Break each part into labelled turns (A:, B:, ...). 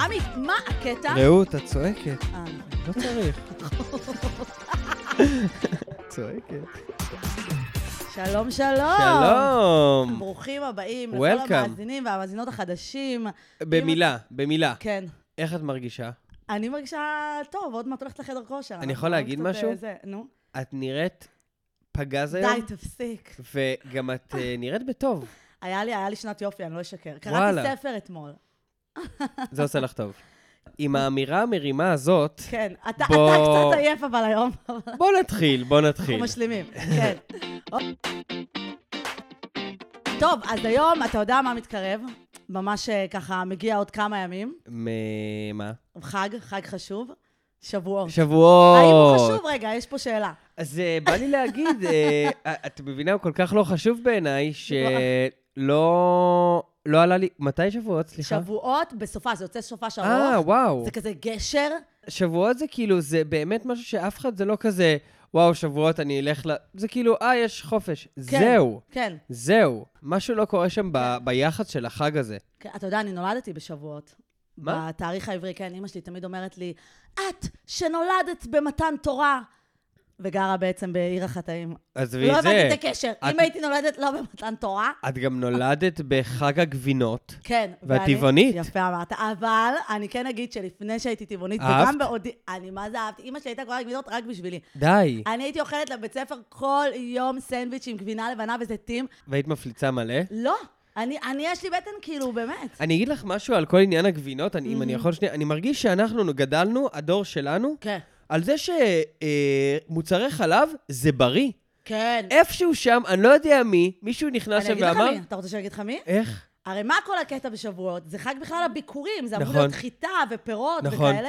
A: עמי, מה הקטע?
B: רעות, את צועקת.
A: אה, נכון.
B: לא צריך. צועקת.
A: שלום, שלום.
B: שלום.
A: ברוכים הבאים
B: Welcome.
A: לכל המאזינים והמאזינות החדשים.
B: במילה, במילה.
A: כן.
B: איך את מרגישה?
A: אני מרגישה טוב, עוד מעט הולכת לחדר כושר.
B: אני
A: אנחנו
B: יכול להגיד
A: קצת, אה,
B: משהו?
A: זה, נו.
B: את נראית פגז היום?
A: די, תפסיק.
B: וגם את אה, נראית בטוב.
A: היה לי, היה לי שנת יופי, אני לא אשקר.
B: וואלה.
A: קראתי ספר אתמול.
B: זה עושה לך טוב. עם האמירה המרימה הזאת,
A: כן. אתה אתה
B: בוא.
A: קצת עייף אבל היום, אבל
B: בוא נתחיל, בוא
A: אנחנו
B: נתחיל.
A: משלימים. כן. טוב, אז היום, אתה יודע מה מתקרב? ממש אה, ככה מגיע עוד כמה ימים.
B: מ- מה?
A: חג, חג חשוב. שבועות. האם הוא
B: שבועות.
A: חשוב? רגע, יש פה שאלה.
B: אז אה, בא לי להגיד, אה, את מבינה, הוא כל כך לא חשוב בעיניי, שלא... לא עלה לי... מתי שבועות? סליחה.
A: שבועות בסופה, זה יוצא סופה
B: אה,
A: שלוש.
B: וואו.
A: זה כזה גשר.
B: שבועות זה כאילו, זה באמת משהו שאף אחד, זה לא כזה, וואו, שבועות אני אלך ל... זה כאילו, אה, יש חופש.
A: כן.
B: זהו,
A: כן.
B: זהו. משהו לא קורה שם ב- ביחס של החג הזה.
A: כן, אתה יודע, אני נולדתי בשבועות.
B: מה?
A: בתאריך העברי, כן, אימא שלי תמיד אומרת לי, את שנולדת במתן תורה, וגרה בעצם בעיר החטאים.
B: עזבי
A: לא
B: את זה.
A: הבנתי את הקשר.
B: את-
A: אם הייתי נולדת לא במתן תורה,
B: את גם נולדת בחג הגבינות.
A: כן.
B: ואת
A: ואני-
B: טבעונית.
A: יפה אמרת. אבל אני כן אגיד שלפני שהייתי טבעונית,
B: אהבת?
A: וגם בעודי... אני מה זה אהבתי? אימא שלי הייתה קוראה גבינות רק בשבילי.
B: די.
A: אני הייתי אוכלת לבית ספר כל יום סנדוויץ' עם גבינה לבנה וזיתים.
B: והיית מפליצה מלא?
A: לא, אני, אני יש לי בטן כאילו, באמת.
B: אני אגיד לך משהו על כל עניין הגבינות, אני-
A: Mm-hmm.
B: אם אני יכול שנייה, אני מרגיש שאנחנו גדלנו, הדור שלנו,
A: כן.
B: על זה שמוצרי חלב זה בריא.
A: כן.
B: איפשהו שם, אני לא יודע מי, מישהו נכנס
A: אני
B: שם
A: אגיד לך
B: ואמר...
A: מי. אתה רוצה שאני אגיד לך מי?
B: איך?
A: הרי מה כל הקטע בשבועות? זה חג בכלל הביקורים, זה אמור
B: נכון.
A: להיות חיטה ופירות
B: נכון.
A: וכאלה.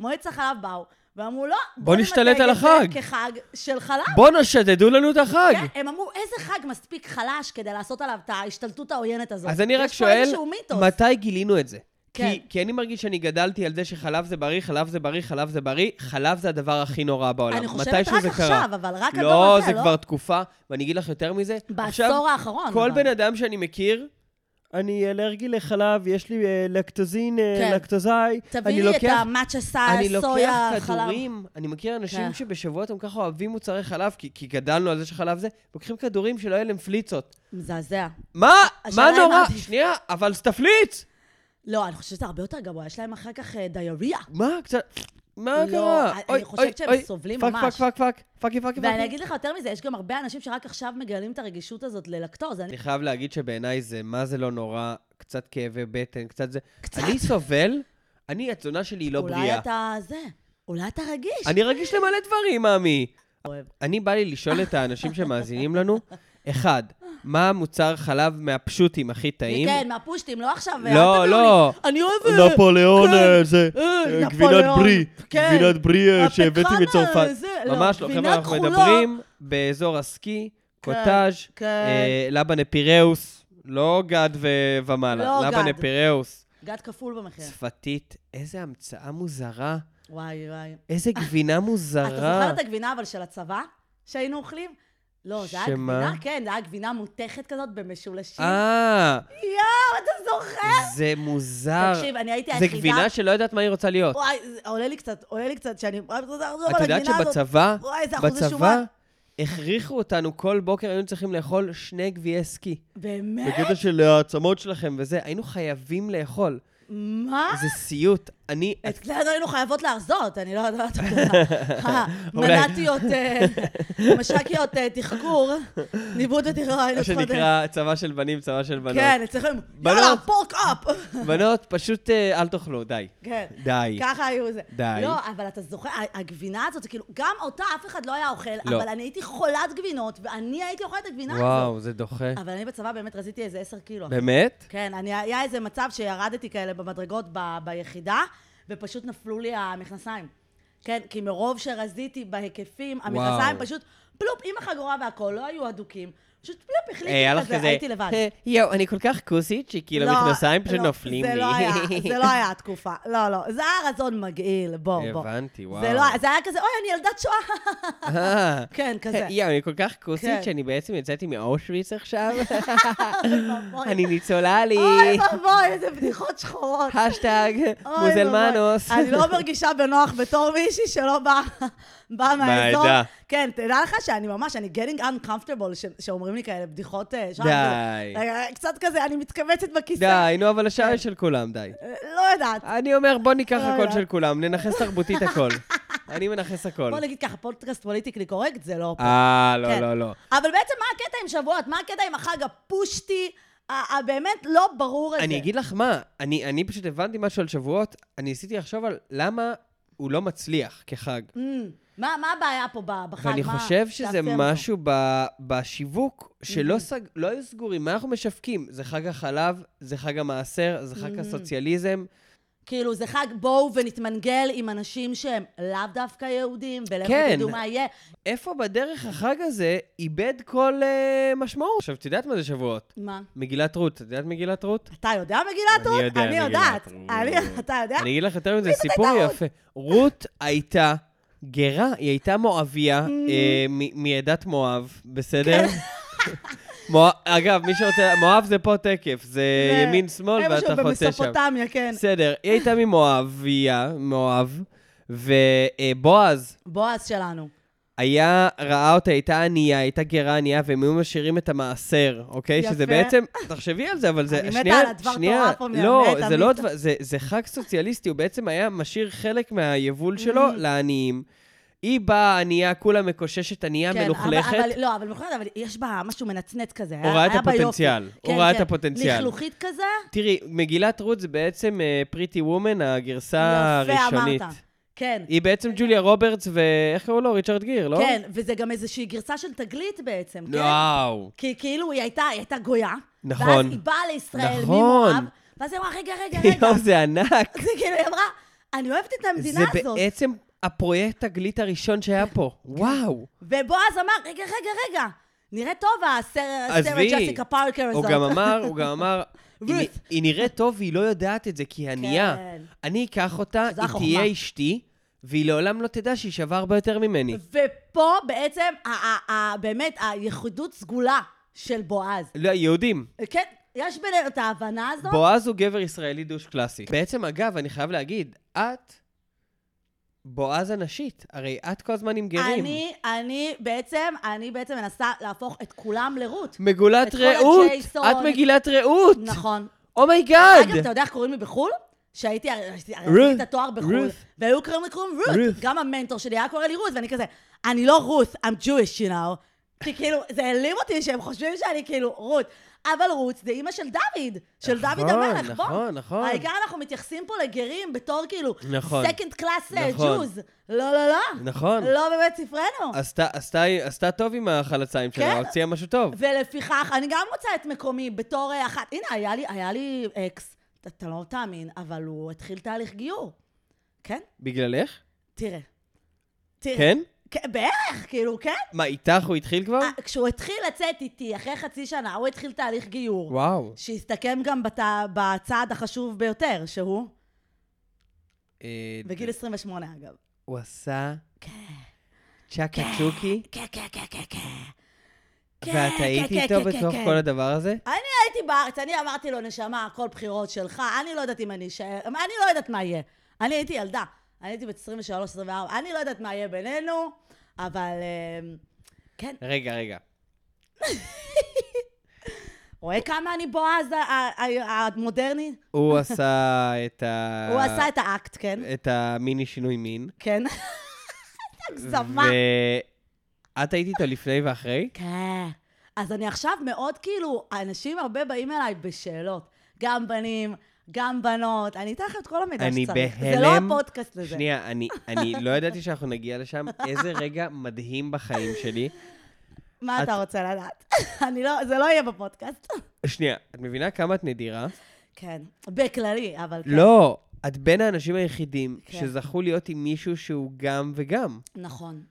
A: מועצת החלב באו, ואמרו, לא,
B: בוא נשתלט
A: נמתג
B: על
A: את זה
B: החג."
A: כחג של חלב.
B: בואנה, שדדו לנו את החג!
A: כן, הם אמרו, איזה חג מספיק חלש כדי לעשות עליו את ההשתלטות העוינת הזאת.
B: אז אני רק
A: יש פה
B: שואל,
A: איזשהו מיתוס.
B: מתי גילינו את זה?
A: כן.
B: כי, כי אני מרגיש שאני גדלתי על זה שחלב זה בריא, חלב זה בריא, חלב זה בריא, חלב זה הדבר הכי נורא בעולם.
A: אני חושבת
B: מתישהו
A: רק
B: זה קרה.
A: עכשיו, אבל רק הדור
B: לא,
A: הזה,
B: זה
A: לא?
B: כבר תקופה, ואני אגיד לך יותר מזה.
A: בעשור
B: עכשיו,
A: האחרון.
B: כל
A: אבל.
B: בן אדם שאני מכיר, אני אלרגי לחלב, יש לי אה, לקטוזין, אה,
A: כן.
B: לקטוזאי, אני
A: תביא לי את
B: לוקח...
A: המצ'ה סל,
B: אני
A: סויה,
B: לוקח
A: חלב.
B: כדורים, אני מכיר אנשים
A: כן.
B: שבשבועות הם ככה אוהבים מוצרי חלב, כי, כי גדלנו על זה שחלב זה, לוקחים כדורים שלא יהיה להם פליצות.
A: מזעזע.
B: מה?
A: השאלה
B: מה
A: אם
B: נורא?
A: עדיף.
B: שנייה, אבל סטפליץ!
A: לא, אני חושבת שזה הרבה יותר גרוע, יש להם אחר כך אה, דיאריה.
B: מה? קצת... מה
A: לא,
B: קרה?
A: אני
B: אוי,
A: חושבת
B: אוי,
A: שהם
B: אוי,
A: סובלים
B: פאק,
A: ממש.
B: פאק, פאק, פאק, פאקי, פאקי,
A: ואני
B: פאקי.
A: אגיד לך יותר מזה, יש גם הרבה אנשים שרק עכשיו מגלים את הרגישות הזאת ללקטוז. אני...
B: אני חייב להגיד שבעיניי זה, מה זה לא נורא, קצת כאבי בטן, קצת זה...
A: קצת.
B: אני סובל, אני, התזונה שלי היא לא
A: אולי
B: בריאה.
A: אתה זה, אולי אתה רגיש.
B: אני רגיש למלא דברים, עמי.
A: אוהב.
B: אני בא לי לשאול את האנשים שמאזינים לנו, אחד, מה המוצר חלב מהפשוטים הכי טעים?
A: כן, מהפושטים, לא עכשיו.
B: לא,
A: אל תביאו
B: לא.
A: לי. אני אוהב... אה,
C: נפוליאון
A: כן.
C: אה, זה,
A: אה,
C: אה,
A: נפוליאון.
C: גבינת ברי,
A: כן.
C: גבינת ברי אה,
A: הפחם
C: שהבאתי מצרפת.
A: הזה, לא,
B: ממש לא, חבר'ה,
A: גבינה
B: אנחנו
A: כחולה.
B: מדברים באזור הסקי, קוטאז',
A: כן.
B: אה, לבן אפיראוס, לא גד ו- ומעלה,
A: לא
B: לבן
A: גד. כן.
B: אפיראוס,
A: גת כפול במחיר.
B: צפתית, איזה המצאה מוזרה,
A: וואי, וואי.
B: איזה גבינה
A: אתה זוכר
B: מוזרה.
A: את הגבינה אבל של הצבא, שהיינו אוכלים? לא, זה היה
B: שמה?
A: גבינה, כן, זה היה גבינה מותכת כזאת במשולשים.
B: אה,
A: יואו, אתה זוכר?
B: זה מוזר.
A: תקשיב, אני הייתי
B: אה, זה
A: היחידה...
B: גבינה שלא יודעת מה היא רוצה להיות.
A: וואי, זה עולה לי קצת, עולה לי קצת שאני...
B: את יודעת שבצבא,
A: וואי, איזה אחוזי
B: בצבא,
A: שומן.
B: הכריחו אותנו כל בוקר, היינו צריכים לאכול שני גביעי סקי.
A: באמת?
B: בקטע של העצמות שלכם וזה, היינו חייבים לאכול.
A: מה?
B: זה סיוט. אני,
A: אצלנו היינו חייבות להרזות, אני לא יודעת. אה,
B: אולי.
A: מנ"טיות, אה, מש"קיות אה, תחקור, ניווט וטרור, היינו
B: מה
A: צריכות...
B: שנקרא, צבא של בנים, צבא של בנות.
A: כן, אצלכם,
B: בנות.
A: יאללה, פורק אפ!
B: בנות, פשוט אה, אל תאכלו, די.
A: כן.
B: די.
A: ככה היו זה.
B: די.
A: לא, אבל אתה זוכר, ה- הגבינה הזאת, זה כאילו, גם אותה אף אחד לא היה אוכל,
B: לא.
A: אבל אני הייתי חולת גבינות, ואני הייתי אוכלת את הגבינה הזאת.
B: וואו, זה דוחה.
A: אבל אני בצבא באמת רזיתי איזה עשר קילו.
B: באמת?
A: כן, אני, היה איזה מצב שירדתי כאלה במדרגות ב, ביחידה, ופשוט נפלו לי המכנסיים. כן, כי מרוב שרזיתי בהיקפים, המכנסיים
B: וואו.
A: פשוט פלופ, עם החגורה והכול, לא היו אדוקים. פשוט פלופ
B: אה, היה
A: החליטי
B: לך
A: כזה,
B: כזה,
A: הייתי לבד.
B: "אה, יואו, אני כל כך כוסית, שכאילו
A: לא,
B: מכנסיים פשוט
A: לא,
B: נופלים לי.
A: זה לא היה, זה לא היה התקופה. לא, לא, זה היה רזון מגעיל, בוא, בוא.
B: הבנתי, וואו.
A: זה לא היה, זה היה כזה, אוי, אני ילדת שואה.
B: אה,
A: כן, כזה.
B: יואו, אני כל כך
A: כן.
B: כוסית, שאני בעצם יצאתי מאושוויץ עכשיו.
A: אוי,
B: אני ניצולה לי.
A: אוי ואבוי, איזה בדיחות שחורות.
B: השטג,
A: אוי
B: מוזלמנוס.
A: ואבוי. אני לא מרגישה בנוח בתור מישהי שלא באה בא מהאזור.
B: מהעדה.
A: כן, תדע לך שאני ממש, אני getting uncomfortable ש- שאומרים לי כאלה בדיחות... אה, שם,
B: די.
A: כאילו, רגע, קצת כזה, אני מתכווצת בכיסא.
B: די, נו, אבל השעה היא של כולם, די.
A: אה, לא יודעת.
B: אני אומר, בוא ניקח
A: לא
B: הכל
A: יודעת.
B: של כולם, ננכס תרבותית הכל. אני מנכס הכל.
A: בוא נגיד ככה, פודקאסט פוליטיקלי קורקט זה לא...
B: אה, לא,
A: כן.
B: לא, לא.
A: אבל בעצם מה הקטע עם שבועות? מה הקטע עם החג הפושטי, ה- הבאמת לא ברור הזה?
B: אני אגיד לך מה, אני אני פשוט הבנתי משהו על שבועות, אני ניסיתי לחשוב על למה הוא לא מצליח כחג.
A: Mm, מה מה הבעיה פה ב- בחג?
B: ואני
A: מה-
B: חושב שזה
A: תאפיין אותו? Mm-hmm.
B: משהו ב, בשיווק שלא סג, לא היו סגורים. מה אנחנו משווקים? זה חג החלב, זה חג המעשר, זה
A: Mm-hmm.
B: חג הסוציאליזם.
A: כאילו, זה חג בואו ונתמנגל עם אנשים שהם לאו דווקא יהודים, ולכו
B: כן.
A: תדעו מה יהיה.
B: איפה בדרך החג הזה איבד כל אה, משמעות? עכשיו, את יודעת מה זה שבועות?
A: מה?
B: מגילת רות, את יודעת מגילת רות?
A: אתה יודע מגילת רות?
B: יודע
A: אני
B: מגילת
A: יודעת.
B: רות.
A: אני, אתה יודע?
B: אני אגיד לך יותר מזה,
A: זאת
B: סיפור
A: הייתה רות?
B: יפה. רות הייתה גרה, היא הייתה מואביה,
A: Mm.
B: אה, מ- מעדת מואב, בסדר?
A: כן.
B: מואב- אגב, מי שרוצה, מואב זה פה תקף, זה
A: זה-
B: ימין-שמאל
A: איפשהו
B: ואתה חוטא שם.
A: במסופוטמיה, כן.
B: בסדר, היא הייתה ממואביה, מואב, אה, ובועז
A: בועז שלנו.
B: היה, ראה אותה, הייתה ענייה, הייתה גרה ענייה, והם היו משאירים את המעשר, אוקיי?
A: יפה.
B: שזה בעצם, תחשבי על זה, אבל זה...
A: אני מתה
B: שנייה-
A: על הדבר
B: שנייה,
A: תורה פה,
B: לא,
A: מהמת,
B: זה לא
A: עמית.
B: דבר, זה, זה חג סוציאליסטי, הוא בעצם היה משאיר חלק מהיבול שלו
A: Mm-hmm.
B: לעניים. היא באה ענייה, כולה מקוששת, ענייה
A: כן, אבל-
B: מלוכלכת.
A: אבל- לא, אבל מלוכלכת, אבל יש בה משהו מנצנץ כזה.
B: הוא ראה את
A: היה בה יופי.
B: הפוטנציאל. הוא
A: כן,
B: ראה את
A: כן.
B: הפוטנציאל.
A: לכלוכית כזה?
B: תראי, מגילת רות זה בעצם פריטי וומן, הגרסה
A: יפה,
B: הראשונית.
A: אמרת. כן.
B: אה, היא בעצם ג'וליה רוברטס ואיך קראו לו? ריצ'רד גיר, לא?
A: כן, וזה גם איזושהי גרסה של תגלית בעצם, כן?
B: וואו.
A: כי כאילו היא הייתה, היא הייתה גויה.
B: נכון.
A: ואז היא באה לישראל
B: נכון.
A: ממואב, ואז היא אמרה, רגע, כן, רגע, רגע.
B: יואו, זה ענק.
A: זה כאילו, היא אמרה, אני אוהבת את המדינה
B: זה
A: הזאת.
B: בעצם הפרויקט תגלית הראשון שהיה פה. וואו.
A: ובועז אמר, רגע, רגע, רגע, נראה טוב הסרט
B: עזבי.
A: ג'סיקה פארקר הזאת.
B: הוא גם אמר, הוא גם אמר, "היא נ-
A: רות.
B: היא נראית טוב והיא לא יודעת את זה, כי היא ענייה.
A: כן.
B: אני אקח אותה,
A: זו
B: היא
A: החוכמה.
B: תהיה אשתי, והיא לעולם לא תדע שהיא שווה הרבה יותר ממני.
A: ופה בעצם, ה- ה- ה- באמת, הייחודות סגולה של בועז.
B: לא, יהודים.
A: כן, יש בינינו את ההבנה הזאת.
B: בועז הוא גבר ישראלי דוש קלאסי. בעצם, אגב, אני חייב להגיד, את בועז הנשית. הרי את כל הזמן עם גרים.
A: אני, אני בעצם, אני בעצם מנסה להפוך את כולם לרות. את
B: מגולת
A: כל
B: רעות!
A: הג'ייסון.
B: את מגילת רעות! Oh
A: נכון.
B: אומייגאד!
A: אגב, אתה יודע איך קוראים לי בחו"ל? שהייתי, הרי
B: רות,
A: עשיתי את התואר בחו"ל,
B: רות.
A: והיו קוראים לי קוראים רות.
B: רות.
A: גם המנטור שלי היה קורא לי רות, ואני כזה, אני לא רות, I'm Jewish, you know. כי כאילו, זה העלים אותי שהם חושבים שאני כאילו רות. אבל רות זה אימא של דוד, של דוד
B: נכון,
A: המלך, בוא.
B: נכון, נכון.
A: העיקר אנחנו מתייחסים פה לגרים בתור כאילו,
B: נכון.
A: second class אה,
B: נכון.
A: Jews. לא, לא, לא.
B: נכון.
A: לא בבית ספרנו.
B: עשתה- עשתה- עשתה טוב עם החלציים
A: כן.
B: שלה, הוציאה משהו טוב.
A: ולפיכך, אני גם רוצה את מקומי בתור אה, אחת. הנה, היה לי, היה לי אקס, אתה- אתה לא תאמין, אבל הוא התחיל תהליך גיור. כן?
B: בגללך?
A: תראה. תראה.
B: כן?
A: כן, בערך, כאילו, כן?
B: מה, איתך הוא התחיל כבר?
A: אה, כשהוא התחיל לצאת איתי, אחרי חצי שנה, הוא התחיל תהליך גיור.
B: וואו.
A: שהסתכם גם בת... בצעד החשוב ביותר, שהוא
B: אה,
A: בגיל 28, אגב.
B: הוא עשה... צ'קה צ'וקי,
A: כן, כן, כן, כן, כן. כן,
B: ואת
A: כן,
B: היית
A: כן,
B: איתו
A: כן, כן,
B: בתוך
A: כן.
B: כל הדבר הזה?
A: אני הייתי בארץ, אני אמרתי לו, נשמה, הכל בחירות שלך, אני לא יודעת אם אני אשאר, אני לא יודעת מה יהיה. אני הייתי ילדה, אני הייתי בת 23-24, אני לא יודעת מה יהיה בינינו, אבל... אמ, כן,
B: רגע, רגע.
A: רואה כמה אני בועז ה- ה- ה- המודרני?
B: הוא עשה את ה...
A: הוא עשה את האקט, כן?
B: את המיני שינוי מין.
A: כן. הגזמה.
B: ואת היית איתו לפני ואחרי?
A: כן. אז אני עכשיו מאוד כאילו, אנשים הרבה באים אליי בשאלות. גם בנים, גם בנות, אני אתן לכם את כל המידע
B: אני
A: שצריך. זה לא
B: בהלם.
A: הפודקאסט לזה.
B: שנייה, אני, אני לא ידעתי שאנחנו נגיע לשם. איזה רגע מדהים בחיים שלי.
A: מה
B: את-
A: אתה רוצה לדעת? אני לא, זה לא יהיה בפודקאסט.
B: שנייה, את מבינה כמה את נדירה?
A: כן, בכללי, אבל כן.
B: לא, את בין האנשים היחידים
A: כן.
B: שזכו להיות עם מישהו שהוא גם וגם.
A: נכון.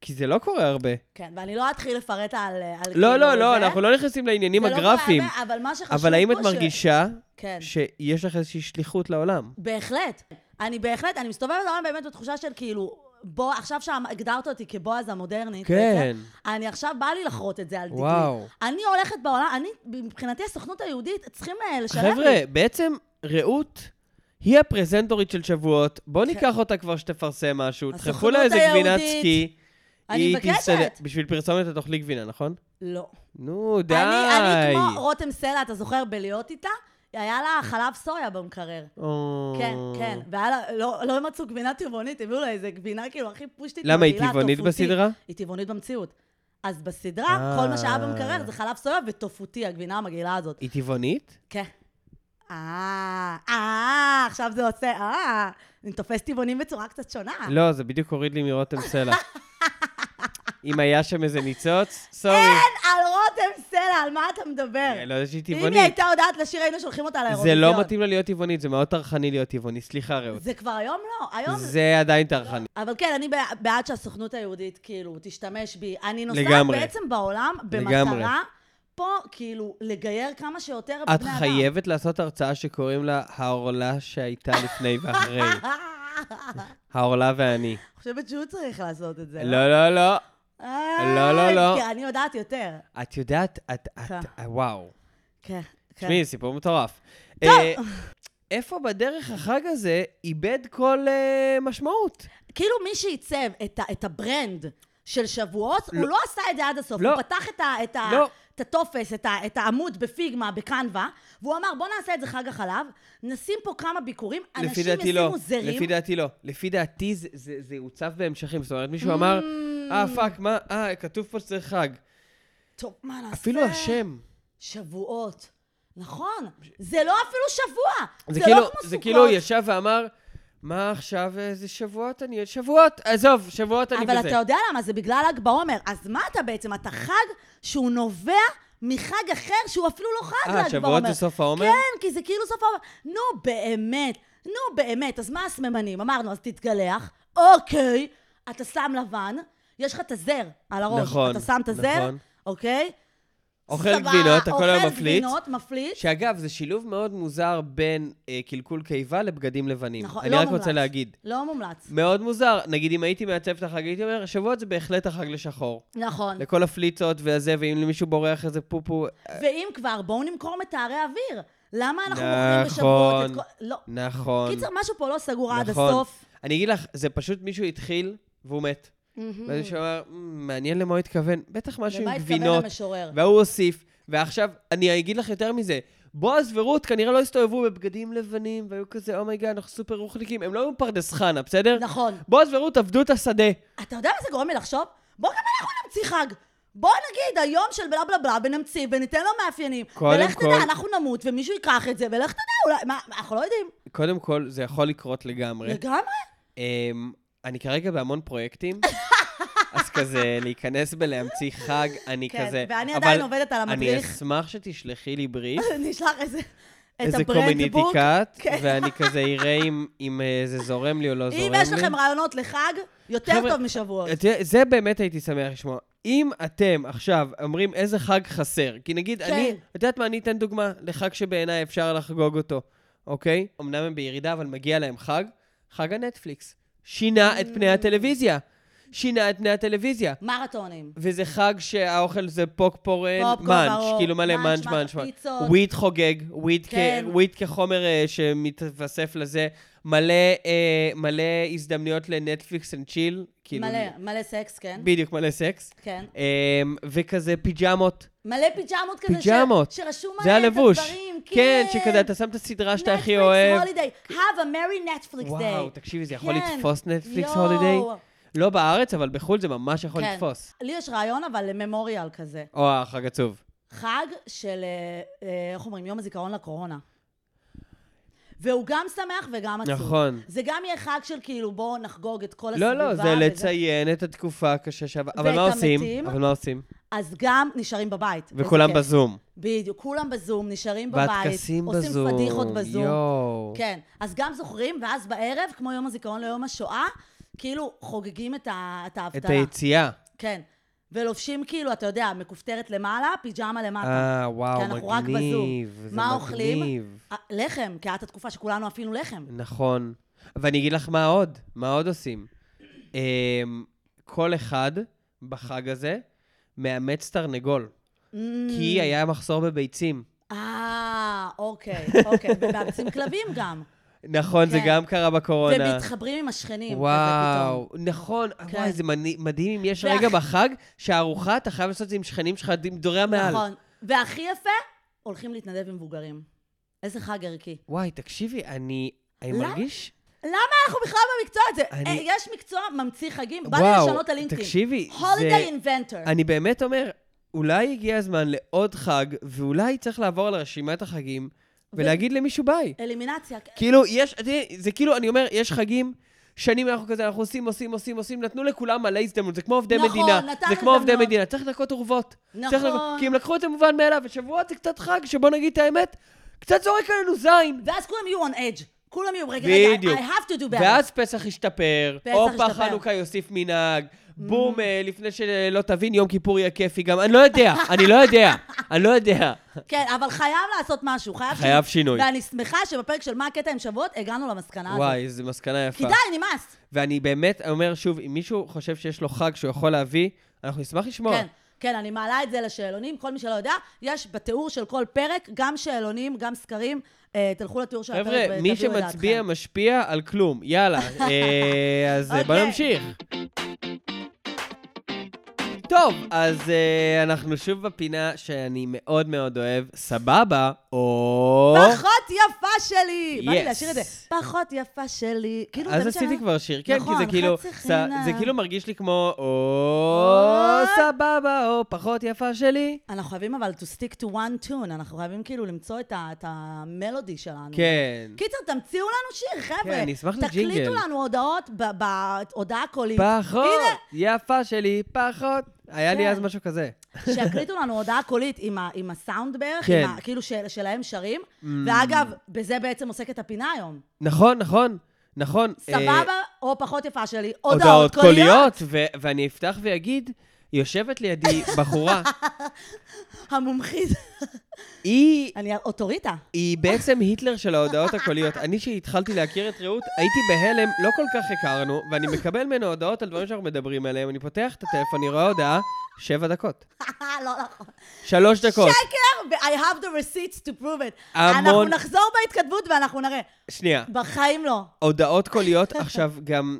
B: כי זה לא קורה הרבה.
A: כן, ואני לא אתחיל לפרט על... על
B: לא,
A: כאילו
B: לא, לא,
A: זה.
B: אנחנו לא נכנסים לעניינים
A: זה לא קורה
B: הגרפיים.
A: הרבה, אבל מה שחשוב
B: אבל האם
A: פה
B: את מרגישה
A: כן.
B: שיש לך איזושהי שליחות לעולם?
A: בהחלט. אני בהחלט, אני מסתובבת העולם באמת בתחושה של כאילו, בוא, עכשיו שהגדרת אותי כבועז המודרנית,
B: כן.
A: וזה, אני עכשיו באה לי לחרות את זה על דגלי.
B: וואו.
A: אני הולכת בעולם, אני, מבחינתי הסוכנות היהודית, צריכים אה, לשלם לי.
B: חבר'ה, בעצם רעות היא הפרזנטורית של שבועות. בואו ניקח אותה כבר שתפרסם משהו. תדחפו לה
A: כן. הסוכנות
B: איזה גבינת
A: היהודית.
B: סקי.
A: אני
B: היא
A: מבקשת.
B: תסתדר- בשביל פרסומת את אוכלי גבינה, נכון?
A: לא.
B: נו, די.
A: אני, אני כמו רותם סלע, אתה זוכר, בלהיות איתה, היה לה חלב סויה במקרר.
B: או.
A: כן, כן. והיה לה, לא, לא מצאו גבינה טבעונית, הביאו לה איזה גבינה כאילו הכי פושטית.
B: למה, היא
A: מגעילה,
B: טבעונית
A: טופותית.
B: בסדרה?
A: היא טבעונית במציאות. אז בסדרה, כל מה שהיה במקרר זה חלב סויה וטופותי, הגבינה המגעילה הזאת.
B: היא טבעונית?
A: כן. אה, אה, עכשיו זה עושה, אה, אני תופס טבעונים בצורה קצת שונה.
B: לא, זה בדיוק הוריד לי מרותם סלע. אם היה שם איזה ניצוץ, סורי.
A: אין כן, על רותם סלע, על מה אתה מדבר?
B: לא יודע שהיא
A: אם היא
B: טבעונית.
A: אה, הייתה יודעת לשיר, היינו שולחים אותה
B: זה
A: לאירוויזיון.
B: לא מתאים לה להיות טבעונית, זה מאוד טרחני להיות טבעוני. סליחה, רעות.
A: זה כבר היום לא, היום זה...
B: זה עדיין טרחני.
A: אבל כן, אני בע- בעד שהסוכנות היהודית, כאילו, תשתמש בי. אני נוסעת
B: לגמרי.
A: בעצם בעולם
B: לגמרי.
A: במטרה, פה, כאילו, לגייר כמה שיותר לא, בני
B: את
A: אדם.
B: חייבת לעשות הרצאה שקוראים לה העורלה שהייתה לפני ואחרי.
A: אה,
B: העורלה ואני.
A: אני חושבת שהוא צריך לעשות את זה.
B: לא, לא, לא.
A: אה,
B: לא, לא, לא.
A: כי אני יודעת יותר.
B: את יודעת, את... את- אה,
A: כן.
B: וואו.
A: כן, כן.
B: תשמעי, סיפור מטורף.
A: טוב.
B: אה, איפה בדרך החג הזה איבד כל אה, משמעות?
A: כאילו מי שעיצב את, ה- את הברנד של שבועות, לא. הוא לא עשה את זה עד הסוף.
B: לא.
A: הוא פתח את, ה, את, ה,
B: לא.
A: את הטופס, את, ה, את העמוד בפיגמה, בקנווה, והוא אמר, בוא נעשה את זה חג החלב, נשים פה כמה ביקורים,
B: לפי
A: אנשים
B: דעתי
A: ישימו
B: לא.
A: זרים.
B: לפי דעתי לא. לפי דעתי זה- זה זה יוצב בהמשכים. זאת אומרת,
A: Mm.
B: מישהו אמר,
A: "Hmm,
B: אה, פאק, מה, אה, כתוב פה שצריך חג.
A: טוב, מה נעשה?
B: אפילו השם.
A: שבועות. נכון, זה לא אפילו שבוע, זה,
B: זה כאילו,
A: לא כמו סוכות.
B: זה כאילו ישב ואמר, מה עכשיו, איזה שבועות אני... שבועות, עזוב, שבועות אני בזה.
A: אבל אתה יודע למה, זה בגלל ל"ג בעומר. אז מה אתה בעצם? אתה חג שהוא נובע מחג אחר, שהוא אפילו לא חג ל"ג בעומר.
B: אה, שבועות זה סוף העומר?
A: כן, כי זה כאילו סוף העומר. נו, באמת. נו, באמת. אז מה הסממנים? אמרנו, אז תתגלח. אוקיי. אתה שם לבן, יש לך את הזר על הראש.
B: נכון,
A: אתה שם את הזר,
B: נכון.
A: אוקיי?
B: אוכל
A: סבבה,
B: גבינות, הכל היום
A: אוכל
B: מפליץ.
A: גבינות, מפליץ.
B: שאגב, זה שילוב מאוד מוזר בין אה, קלקול קיבה לבגדים לבנים.
A: נכון,
B: אני
A: לא
B: רק
A: מומלץ.
B: רוצה להגיד.
A: לא מומלץ.
B: מאוד מוזר. נגיד, אם הייתי מעצב את החג, הייתי אומר, שבועות זה בהחלט החג לשחור.
A: נכון.
B: לכל הפליצות והזה, ואם למישהו בורח איזה פופו...
A: ואם כבר, בואו נמכור מטהרי אוויר. למה אנחנו
B: נכון.
A: מוכרים בשבועות את כל... לא.
B: נכון.
A: קיצר, משהו פה לא סגור עד
B: נכון.
A: הסוף.
B: אני אגיד לך, זה פשוט מישהו התחיל והוא מת.
A: Mm.
B: ואז מישהו אמר, "מ, מעניין למה הוא התכוון, בטח משהו
A: למה
B: עם
A: התכוון
B: גבינות.
A: המשורר?
B: והוא הוסיף, ועכשיו, אני אגיד לך יותר מזה, בועז ורות כנראה לא הסתובבו בבגדים לבנים, והיו כזה, אומייגאד, אנחנו סופר רוחניקים, הם לא היו פרדס חנה, בסדר?
A: נכון.
B: בועז ורות עבדו את השדה.
A: אתה יודע מה זה גורם לי לחשוב? בואו גם אנחנו נמציא חג. בואו נגיד היום של בלה בלה בלה ונמציא וניתן לו מאפיינים.
B: קודם
A: ולך
B: כל-
A: תדע, אנחנו נמות ומישהו ייקח את זה, ולך תדע, אולי... מה, אנחנו לא יודעים.
B: קודם כל, זה יכול לקרות לגמרי.
A: לגמרי.
B: אמ, אני כרגע בהמון פרויקטים, אז כזה, להיכנס בלהמציא חג, אני
A: כן,
B: כזה...
A: ואני
B: אבל
A: עדיין עובדת על המדריך.
B: אני אשמח שתשלחי לי בריף.
A: נשלח איזה... את
B: איזה
A: הברנד בוק.
B: קומוניטיקט,
A: כן.
B: ואני כזה אראה אם- אם אה, זה זורם לי או לא זורם לי.
A: אם יש לכם רעיונות לחג, יותר
B: חבר'ה,
A: טוב משבועות.
B: את יודעת, זה באמת הייתי שמח לשמוע. אם אתם עכשיו אומרים איזה חג חסר, כי נגיד
A: כן.
B: אני, את יודעת מה, אני אתן דוגמה לחג שבעיניי אפשר לחגוג אותו, אוקיי? אמנם הם בירידה, אבל מגיע להם חג, חג הנטפליקס. שינה את פני
A: Mm.
B: הטלוויזיה. שינה את פני הטלוויזיה.
A: מרתונים.
B: וזה חג שהאוכל זה פוקפורן,
A: פופקורן,
B: אה, מאנץ',
A: ברור.
B: כאילו מלא
A: מאנץ',
B: מאנץ', מאנץ', מאנץ'.
A: פיצות.
B: וויט חוגג, וויט,
A: כן.
B: כ, וויט כחומר אה, שמתווסף לזה, מלא, אה, מלא הזדמנויות לנטפליקס אנד צ'יל, כאילו,
A: מלא, מלא סקס, כן.
B: בדיוק, מלא סקס.
A: כן.
B: אה, וכזה פיג'מות,
A: מלא פיג'מות כזה,
B: פיג'מות.
A: ש... שרשום
B: זה
A: עליהם את
B: הלבוש.
A: הדברים,
B: כן, שכזה אתה שם את הסדרה שאתה הכי
A: Netflix
B: אוהב.
A: holiday. have a merry Netflix day.
B: וואו, תקשיבי, זה יכול
A: כן.
B: לתפוס נטפליקס
A: יואו.
B: הולידיי? לא בארץ, אבל בחו"ל זה ממש יכול
A: כן.
B: לתפוס.
A: לי יש רעיון, אבל לממוריאל כזה.
B: או החג עצוב.
A: חג של, אה, אה, איך אומרים, יום הזיכרון לקורונה. והוא גם שמח וגם עצוב.
B: נכון.
A: זה גם יהיה חג של כאילו, בואו נחגוג את כל הסביבה.
B: לא, לא, זה
A: וזה.
B: לציין את התקופה הקשה שעברה. אבל
A: ואת
B: מה עושים?
A: המתים.
B: אבל מה עושים?
A: אז גם נשארים בבית. וזה
B: וכולם
A: כיף.
B: בזום.
A: בדיוק, כולם בזום, נשארים בבית.
B: והטקסים בזום.
A: עושים פדיחות בזום.
B: יואו.
A: כן, אז גם זוכרים, ואז בערב, כמו יום הזיכרון ליום השואה, כאילו חוגגים את ה- את
B: את
A: ההבדלה.
B: היציאה.
A: כן. ולובשים כאילו, אתה יודע, מכופתרת למעלה, פיג'מה למטה.
B: אה, וואו,
A: כי אנחנו רק
B: מגניב.
A: בזום.
B: זה
A: מה אוכלים?
B: מגניב.
A: אה, לחם, כי הייתה תקופה שכולנו אפינו לחם.
B: נכון. ואני אגיד לך מה עוד, מה עוד עושים. אמ, כל אחד בחג הזה מאמץ תרנגול,
A: Mm.
B: כי היה מחסור בביצים.
A: אה, אוקיי, אוקיי. ומאמצים כלבים גם.
B: נכון, זה
A: כן.
B: גם קרה בקורונה.
A: ומתחברים עם השכנים. כזה פתאום.
B: וואו, נכון,
A: כן.
B: וואי, זה מני- מדהים אם יש
A: ואח-
B: רגע בחג שהארוחה אתה חייב לעשות את זה עם שכנים שלך, עם דורי המעל.
A: נכון. והכי יפה, הולכים להתנדב עם מבוגרים. איזה חג ערכי.
B: וואי, תקשיבי, אני אני
A: למה?
B: מרגיש...
A: למה אנחנו בכלל במקצוע הזה?
B: אני-
A: אה, יש מקצוע ממציא חגים, בא לי
B: וואו,
A: לשנות את הלינקדאין.
B: תקשיבי, זה...
A: holiday inventor.
B: אני באמת אומר, אולי הגיע הזמן לעוד חג, ואולי צריך לעבור על רשימת החגים ולהגיד למישהו ביי.
A: אלימינציה. כן.
B: כאילו, יש, תראי, זה כאילו, אני אומר, יש חגים, שנים אנחנו כזה, אנחנו עושים, עושים, עושים, עושים, נתנו לכולם מלא הזדמנות, זה כמו עובדי
A: נכון,
B: מדינה.
A: נתן
B: זה כמו עובדי
A: הזדמנות.
B: מדינה, צריך לנקות אורוות.
A: נכון.
B: צריך לנקות- כי הם לקחו את זה מובן מאליו, ושבועות זה קצת חג, שבוא נגיד את האמת, קצת זורק עלינו זין.
A: ואז כולם יהיו on edge. כולם יהיו, רגע, רגע,
B: בדיוק.
A: I have to do better.
B: ואז פסח השתפר,
A: פסח Mm.
B: הופה
A: השתפר.
B: חנוכה יוסיף מנהג, בום, אה, לפני שלא תבין, יום כיפור יהיה כיפי גם, אני לא יודע, אני לא יודע, אני לא יודע.
A: כן, אבל חייב לעשות משהו, חייב
B: חייב שינוי.
A: ואני שמחה שבפרק של מה הקטע עם שבועות, הגענו למסקנה הזאת.
B: וואי, איזו מסקנה
A: כי
B: יפה.
A: די, נמאס.
B: ואני באמת אומר שוב, אם מישהו חושב שיש לו חג שהוא יכול להביא, אנחנו נשמח לשמוע.
A: כן, כן, אני מעלה את זה לשאלונים, כל מי שלא יודע, יש בתיאור של כל פרק גם שאלונים, גם סקרים. אה, תלכו לתיאור של הפרק
B: חבר'ה, מי
A: ותביאו אה, את
B: שמצביע
A: דעתכם.
B: משפיע על כלום. יאללה, אה, אז אה, בוא
A: אוקיי.
B: נמשיך. טוב, אז אה, אנחנו שוב בפינה שאני מאוד מאוד אוהב, סבבה, או...
A: פחות יפה שלי! בא לי
B: Yes.
A: לשיר את זה. פחות יפה שלי. כאילו,
B: אז
A: זה
B: עשיתי
A: משנה.
B: כבר שיר, כן, כי
A: נכון,
B: זה כאילו,
A: חצי
B: ס-
A: חינם.
B: זה כאילו מרגיש לי כמו,
A: או-
B: או סבבה, או פחות יפה שלי.
A: אנחנו חייבים אבל to stick to one tune, אנחנו חייבים כאילו למצוא את ה- את המלודי שלנו.
B: כן.
A: קיצר, תמציאו לנו שיר, חבר'ה.
B: כן, אני אשמח
A: תקליטו
B: לג'ינגל.
A: לנו הודעות ב- בהודעה קולית.
B: פחות,
A: כן. הנה,
B: יפה שלי, פחות. היה לי
A: כן.
B: אז משהו כזה.
A: שיקליטו לנו הודעה קולית עם, ה, עם הסאונד בערך,
B: כן. Mm.
A: עם ה, כאילו של, שלהם שרים. ואגב, בזה בעצם עוסקת הפינה היום.
B: נכון, נכון, נכון. אה,
A: סבבה, או פחות יפה שלי, הודעות,
B: הודעות
A: קוליות.
B: קוליות, ו- ואני אפתח ואגיד, יושבת לידי בחורה,
A: המומחית.
B: היא
A: אני אוטוריטה.
B: היא בעצם היטלר של ההודעות הקוליות. אני, שהתחלתי להכיר את רעות, הייתי בהלם, לא כל כך הכרנו, ואני מקבל ממנו הודעות על דברים שאנחנו מדברים עליהם. אני פותח את הטלפון, אני רואה הודעה, שבע דקות.
A: לא נכון.
B: שלוש דקות.
A: שקר, ו- I have the receipts to prove it.
B: המון-
A: אנחנו נחזור בהתכתבות ואנחנו נראה.
B: שנייה.
A: בחיים לא.
B: הודעות קוליות עכשיו גם...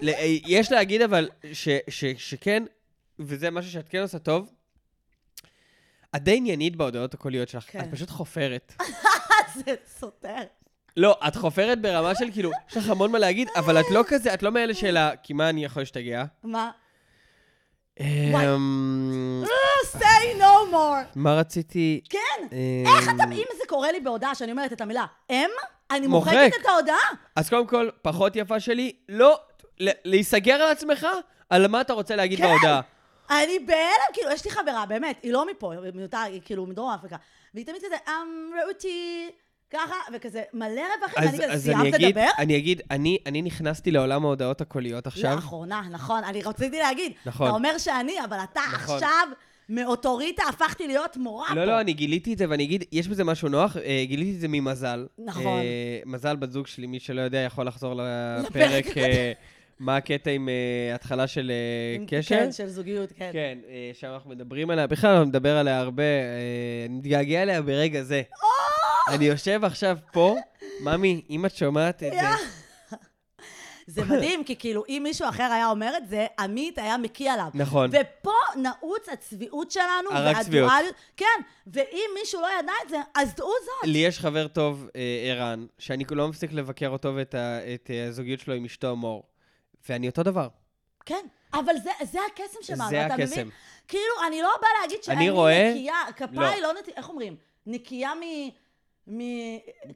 B: ל- אה, יש להגיד אבל ש, ש, שכן, וזה משהו שאת כן עושה טוב, את די עניינית בהודעות הקוליות שלך.
A: כן.
B: את פשוט חופרת.
A: זה סותר.
B: לא, את חופרת ברמה של כאילו, יש לך המון מה להגיד, אבל את לא כזה, את לא מאלה של ה... כי מה, אני יכול להשתגע?
A: מה?
B: וואי.
A: say no more.
B: אמ, מה רציתי?
A: כן.
B: אמ,
A: איך אתה, אם זה קורה לי בהודעה שאני אומרת את המילה אם, אני מוחקת
B: מוחק.
A: את ההודעה.
B: אז קודם כל, פחות יפה שלי, לא, ל- להיסגר על עצמך, על מה אתה רוצה להגיד
A: כן.
B: בהודעה.
A: אני בהלם, כאילו, יש לי חברה, באמת, היא לא מפה, היא מיותר, היא כאילו מדרום אפריקה. והיא תמיד כזה, אמ, ראותי, ככה, וכזה מלא רווחים, ואני כזה,
B: אז אני
A: סיימת
B: אגיד,
A: לדבר?
B: אני אגיד, אני, אני נכנסתי לעולם ההודעות הקוליות עכשיו.
A: לאחרונה, נכון, אני רציתי להגיד.
B: נכון.
A: אתה אומר שאני, אבל אתה
B: נכון.
A: עכשיו מאוטוריטה הפכתי להיות מורה פה.
B: לא, לא, אני גיליתי את זה, ואני אגיד, יש בזה משהו נוח, אה, גיליתי את זה ממזל.
A: נכון.
B: אה, מזל בת זוג שלי, מי שלא יודע, יכול לחזור
A: לפרק
B: לפרק, אה, מה הקטע עם אה, התחלה של אה,
A: עם-
B: קשר.
A: כן, של זוגיות, כן.
B: כן, אה, שם אנחנו מדברים עליה, בכלל אנחנו נדבר עליה הרבה, אה, אני מתגעגע אליה ברגע זה. אני יושב עכשיו פה, ממי, אם את שומעת את זה,
A: זה מדהים, כי כאילו, אם מישהו אחר היה אומר את זה, עמית היה מקיא עליו.
B: נכון.
A: ופה נעוץ הצביעות שלנו,
B: הרק צביעות.
A: והדואליות. כן, ואם מישהו לא ידע את זה, אז דעו זאת.
B: לי יש חבר טוב, אה, ערן, שאני לא מפסיק לבקר אותו ואת ה- את, אה, הזוגיות שלו עם אשתו מור. ואני אותו דבר.
A: כן, אבל זה, זה הקסם שבנו,
B: זה
A: אתה
B: הקסם.
A: מבין? כאילו, אני לא באה להגיד שאני
B: אני רואה-
A: נקייה, כפיי לא,
B: לא.
A: נקייה, איך אומרים? נקייה מ... מ...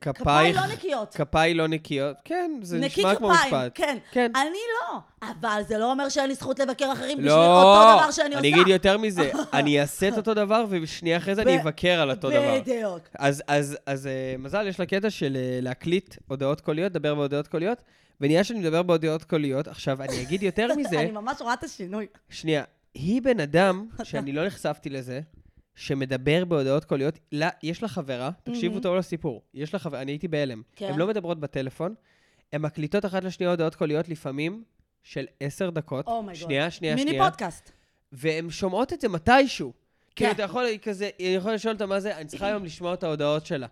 B: כפייך-
A: לא נקיות.
B: כפיי לא נקיות. כן, זה
A: נקי
B: נשמע כמו
A: כפיים,
B: משפט.
A: כן.
B: כן.
A: אני לא, אבל זה לא אומר שאין לי זכות לבקר אחרים בשביל אותו
B: לא,
A: דבר שאני עושה.
B: אני אגיד יותר מזה, אני אעשה את אותו דבר, ושנייה אחרי זה אני
A: ב-
B: אבקר על אותו דבר.
A: בדיוק.
B: אז, אז, אז אה, מזל, יש לה קטע של אה, להקליט הודעות קוליות, לדבר בהודעות קוליות, ונראה שאני מדבר בהודעות קוליות. עכשיו, אני אגיד יותר מזה,
A: אני ממש רואה את השינוי.
B: שנייה, היא בן אדם, שאני לא נחשפתי לזה, שמדבר בהודעות קוליות, לה, יש לה חברה, תקשיבו
A: מהמם.
B: טוב לסיפור, יש לה חברה, אני הייתי בהלם.
A: כן.
B: הן לא מדברות בטלפון, הן מקליטות אחת לשנייה הודעות קוליות לפעמים. של עשר דקות,
A: אומייגוד.
B: שנייה, שנייה,
A: Oh מיני
B: שנייה,
A: פודקאסט.
B: והן שומעות את זה מתישהו. כאילו,
A: כן.
B: אתה יכול כזה, היא יכולה לשאול אותה מה זה, אני צריכה היום לשמוע את ההודעות שלה.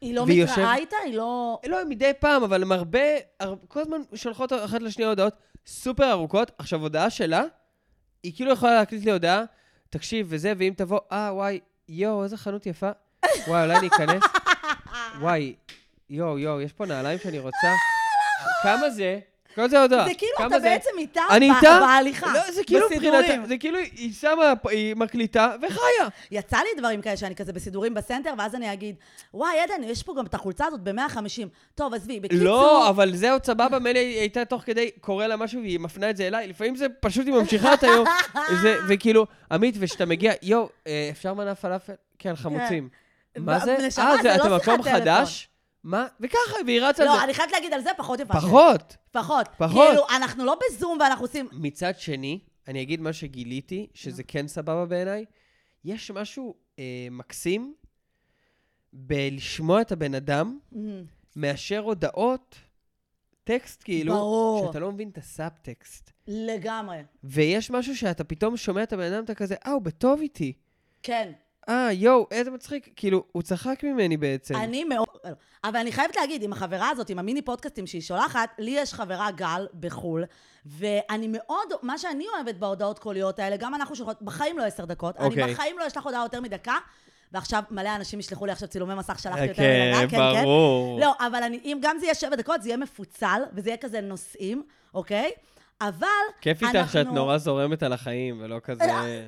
A: היא לא
B: והיא
A: מתראה
B: יושבת-
A: איתה? היא לא...
B: לא, מדי פעם, אבל הם הרבה, הר- כל הזמן שולחות אחת לשנייה הודעות סופר ארוכות. עכשיו, הודעה שלה, היא כאילו יכולה להקליט לי הודעה, תקשיב, וזה, ואם תבוא, אה, וואי, יואו, איזה חנות יפה. וואי, אולי אני אכנס? וואי, יואו, יואו, יש פה נעליים שאני רוצה. כמה זה? כל זה הודעה.
A: זה כאילו
B: כמה
A: אתה
B: זה?
A: בעצם איתה
B: אני
A: ב-
B: איתה?
A: בהליכה.
B: לא, זה כאילו
A: בסידורים.
B: מבחינתה, זה כאילו היא שמה, היא מקליטה וחיה.
A: יצא לי דברים כאלה שאני כזה בסידורים בסנטר, ואז אני אגיד, וואי, עדן, יש פה גם את החולצה הזאת ב-150. טוב, עזבי, בקיצור...
B: לא, אבל זהו, סבבה, מילא היא הייתה תוך כדי, קורא לה משהו והיא מפנה את זה אליי, לפעמים זה פשוט, היא ממשיכה את היום, זה- וכאילו, עמית, וכשאתה מגיע, יואו, אה, אפשר מנה פלאפל? כן, חמוצים. מה
A: ב-
B: זה?
A: נשמה,
B: אה,
A: זה לא
B: זה, אתם
A: שיחת
B: מקום
A: טלפון."
B: חדש? מה? וככה, והיא רצה על
A: לא,
B: זה.
A: אני חייבת להגיד על זה פחות יפה.
B: פחות.
A: פחות.
B: פחות.
A: כאילו, אנחנו לא בזום ואנחנו עושים...
B: מצד שני, אני אגיד מה שגיליתי, שזה כן סבבה בעיניי, יש משהו אה, מקסים בלשמוע את הבן אדם, מאשר הודעות, טקסט כאילו,
A: ברור.
B: שאתה לא מבין את הסאב-טקסט.
A: לגמרי.
B: ויש משהו שאתה פתאום שומע את הבן אדם, אתה כזה, אה, הוא בטוב איתי.
A: כן.
B: אה, יואו, איזה מצחיק. כאילו, הוא צחק ממני בעצם.
A: אני מאוד... אבל אני חייבת להגיד, עם החברה הזאת, עם המיני פודקאסטים שהיא שולחת, לי יש חברה גל בחו"ל, ואני מאוד, מה שאני אוהבת בהודעות קוליות האלה, גם אנחנו שולחות, בחיים לא עשר דקות, אני
B: אוקיי.
A: בחיים לא אשלח הודעה יותר מדקה, ועכשיו מלא אנשים ישלחו לי עכשיו צילומי מסך, שלחתי יותר
B: כן,
A: מדקה, כן, כן.
B: ברור.
A: לא, אבל אני, אם גם זה יהיה שבע דקות, זה יהיה מפוצל, וזה יהיה כזה נושאים, אוקיי? אבל...
B: כיף איתך
A: אנחנו-
B: שאת נורא זורמת על החיים, ולא כזה...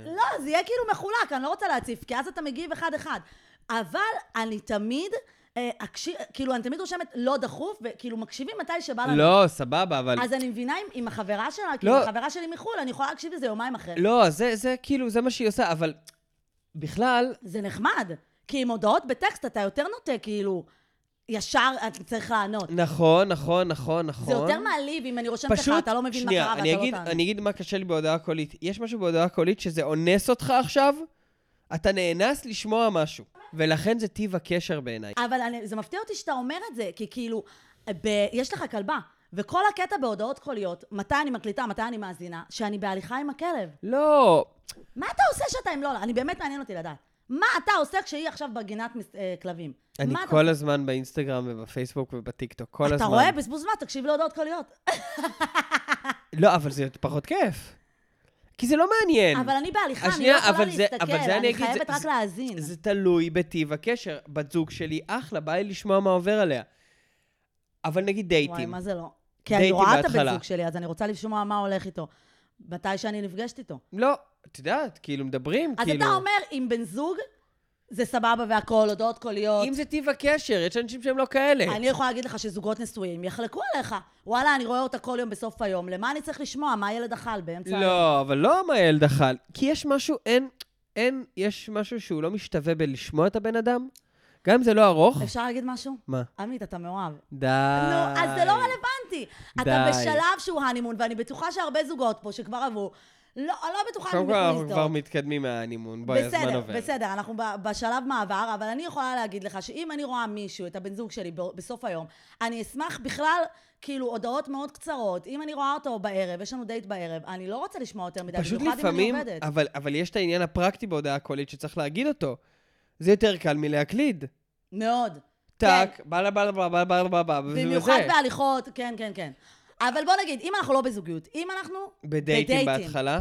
A: לא, זה יהיה כאילו מחולק, אני לא רוצה להציף, כי אז אתה מגיב אחד-אחד. אבל אני תמיד אה, אקשיב, כאילו, אני תמיד רושמת לא דחוף, וכאילו מקשיבים מתי שבא לנו.
B: לא, סבבה, אבל...
A: אז אני מבינה עם, עם החברה שלה, כאילו,
B: לא.
A: החברה שלי מחו"ל, אני יכולה להקשיב לזה יומיים אחרי.
B: לא, זה, זה כאילו, זה מה שהיא עושה, אבל בכלל,
A: זה נחמד, כי עם הודעות בטקסט אתה יותר נוטה, כאילו, ישר אתה צריך לענות.
B: נכון, נכון, נכון,
A: זה
B: נכון.
A: יותר מעליב אם אני רושמת לך, אתה לא מבין מה
B: שנייה,
A: קרה ואתה
B: אני
A: לא
B: אגיד,
A: תענה.
B: אני אגיד מה קשה לי בהודעה קולית. יש משהו בהודעה קולית שזה אונס אותך עכשיו, אתה נאנס לשמוע משהו. ולכן זה טיב הקשר בעיניי.
A: אבל אני, זה מפתיע אותי שאתה אומר את זה, כי כאילו, ב, יש לך כלבה, וכל הקטע בהודעות קוליות, מתי אני מקליטה, מתי אני מאזינה, שאני בהליכה עם הכלב. לא. מה אתה עושה שאתה עם לולה? אני באמת מעניין אותי לדעת. מה אתה עושה כשהיא עכשיו בגינת מס- אה, כלבים?
B: אני
A: מה אתה-
B: כל הזמן באינסטגרם ובפייסבוק ובטיקטוק, כל הזמן.
A: אתה רואה? בזבוז זמן, תקשיב להודעות קוליות.
B: לא, אבל זה פחות כיף. כי זה לא מעניין.
A: אבל אני בהליכה, אני לא
B: השנייה,
A: יכולה
B: אבל זה-
A: להסתכל,
B: אבל זה אני
A: אני
B: אגיד, זה-
A: חייבת רק
B: זה-
A: להאזין.
B: זה תלוי בטיב הקשר. בת זוג שלי, אחלה, בא לי לשמוע מה עובר עליה. אבל נגיד
A: וואי,
B: דייטים.
A: מה זה לא? כי אני
B: דייטים
A: רואה את הבן
B: בהתחלה.
A: זוג שלי, אז אני רוצה לשמוע מה הולך איתו. מתי שאני נפגשת איתו.
B: לא, את יודעת, כאילו מדברים,
A: אז
B: כאילו...
A: אתה אומר, עם בן זוג, זה סבבה והכול, הודעות קוליות.
B: אם זה טיב הקשר, יש אנשים שהם לא כאלה.
A: אני יכולה להגיד לך שזוגות נשואים יחלקו עליך. וואלה, אני רואה אותה כל יום בסוף היום, למה אני צריך לשמוע? מה הילד אכל באמצע היום?
B: לא, אבל לא מה ילד אכל. כי יש משהו, אין, אין, יש משהו שהוא לא משתווה בלשמוע את הבן אדם. גם אם זה לא ארוך.
A: אפשר להגיד משהו?
B: מה?
A: עמית, אתה מאוהב.
B: די.
A: נו, אז זה לא רלוונטי. אתה
B: די.
A: בשלב שהוא הנימון, ואני בטוחה שהרבה זוגות פה שכבר עברו, לא, לא בטוחה אם
B: קודם כל,
A: הם יכולים
B: אנחנו כבר
A: להזדהות.
B: מתקדמים מהנימון. בואי, הזמן
A: בסדר,
B: עובר.
A: בסדר, אנחנו ב- בשלב מעבר, אבל אני יכולה להגיד לך שאם אני רואה מישהו, את הבן זוג שלי, ב- בסוף היום, אני אשמח בכלל, כאילו, הודעות מאוד קצרות. אם אני רואה אותו בערב, יש לנו דייט בערב, אני לא רוצה לשמוע יותר מדי,
B: פשוט
A: במיוחד אם אני
B: לפעמים,
A: עובדת.
B: אבל, אבל יש את העניין הפרקטי בהודעה הקולית שצריך להגיד אותו. זה יותר קל
A: כן.
B: מלהקליד.
A: מאוד.
B: טאק, בלה בלה בלה בלה בלה בלה בלה, וזה
A: במיוחד
B: וזה.
A: בהליכות, כן, כן, כן. אבל בוא נגיד, אם אנחנו לא בזוגיות, אם אנחנו...
B: בדייטים בהתחלה.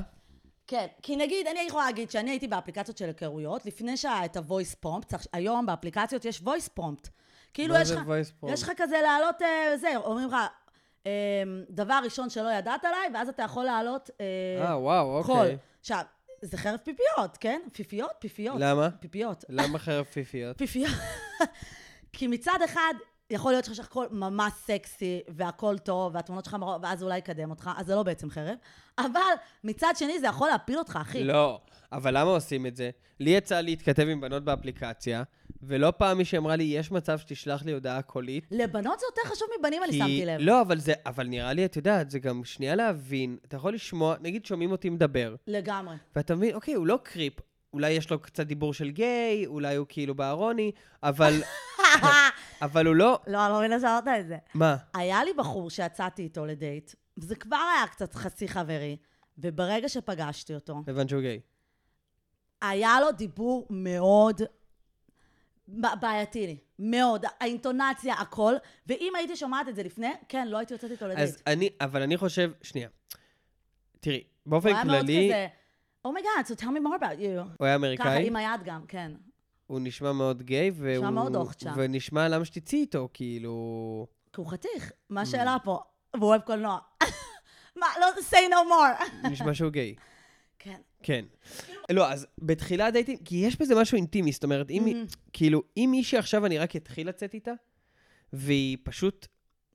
A: כן, כי נגיד, אני יכולה להגיד שאני הייתי באפליקציות של היכרויות, לפני שהיה את ה-voice prompt, היום באפליקציות יש voice prompt. כאילו
B: מה
A: יש
B: לא זה
A: לך...
B: voice prompt?
A: יש לך כזה להעלות, אה, זה, אומרים לך, אה, דבר ראשון שלא ידעת עליי, ואז אתה יכול להעלות אה,
B: אה, וואו,
A: קול.
B: אוקיי.
A: עכשיו, זה חרב
B: לא.
A: פיפיות, כן? פיפיות? פיפיות.
B: למה?
A: פיפיות.
B: למה חרב פיפיות?
A: פיפיות. כי מצד אחד, יכול להיות שיש לך הכל ממש סקסי, והכל טוב, והתמונות שלך מראות, ואז אולי יקדם אותך, אז זה לא בעצם חרב, אבל מצד שני זה יכול להפיל אותך, אחי.
B: לא, אבל למה עושים את זה? לי יצא להתכתב עם בנות באפליקציה, ולא פעם מישהי אמרה לי, יש מצב שתשלח לי הודעה קולית.
A: לבנות זה יותר חשוב מבנים, אני
B: כי-
A: שמתי לב.
B: לא, אבל זה, אבל נראה לי, את יודעת, זה גם שנייה להבין, אתה יכול לשמוע, נגיד שומעים אותי מדבר,
A: לגמרי.
B: ואתה מבין, אוקיי, הוא לא קריפ, אולי יש לו קצת דיבור של גיי, אולי הוא כאילו בארוני, אבל, אבל הוא לא,
A: לא, אני לא מבינה שאמרת את זה.
B: מה?
A: היה לי בחור שיצאתי איתו לדייט, וזה כבר היה קצת חצי חברי, וברגע שפגשתי אותו,
B: כיוון שהוא גיי.
A: היה לו דיבור מאוד ב- בעייתי לי, מאוד, האינטונציה, הכל, ואם הייתי שומעת את זה לפני, כן, לא הייתי יוצאת איתו לדייט.
B: אז אני, אבל אני חושב, שנייה. תראי, באופן
A: הוא היה מאוד
B: כללי,
A: כזה, אומייגאד, so tell me more about you.
B: הוא היה
A: ככה,
B: אמריקאי,
A: עם היד גם, כן.
B: הוא נשמע מאוד גיי, והוא...
A: מאוד אוכצ'ה.
B: ונשמע למה שתצאי איתו, כאילו...
A: כי הוא חתיך, מה
B: Mm.
A: השאלה פה? והוא אוהב קולנוע. מה, לא, say no more.
B: נשמע שהוא גיי.
A: כן.
B: כן. לא, אז בתחילה דייטים, כי יש בזה משהו אינטימי, זאת אומרת, אם, כאילו, אם מישהי עכשיו אני רק אתחיל לצאת איתה, והיא פשוט...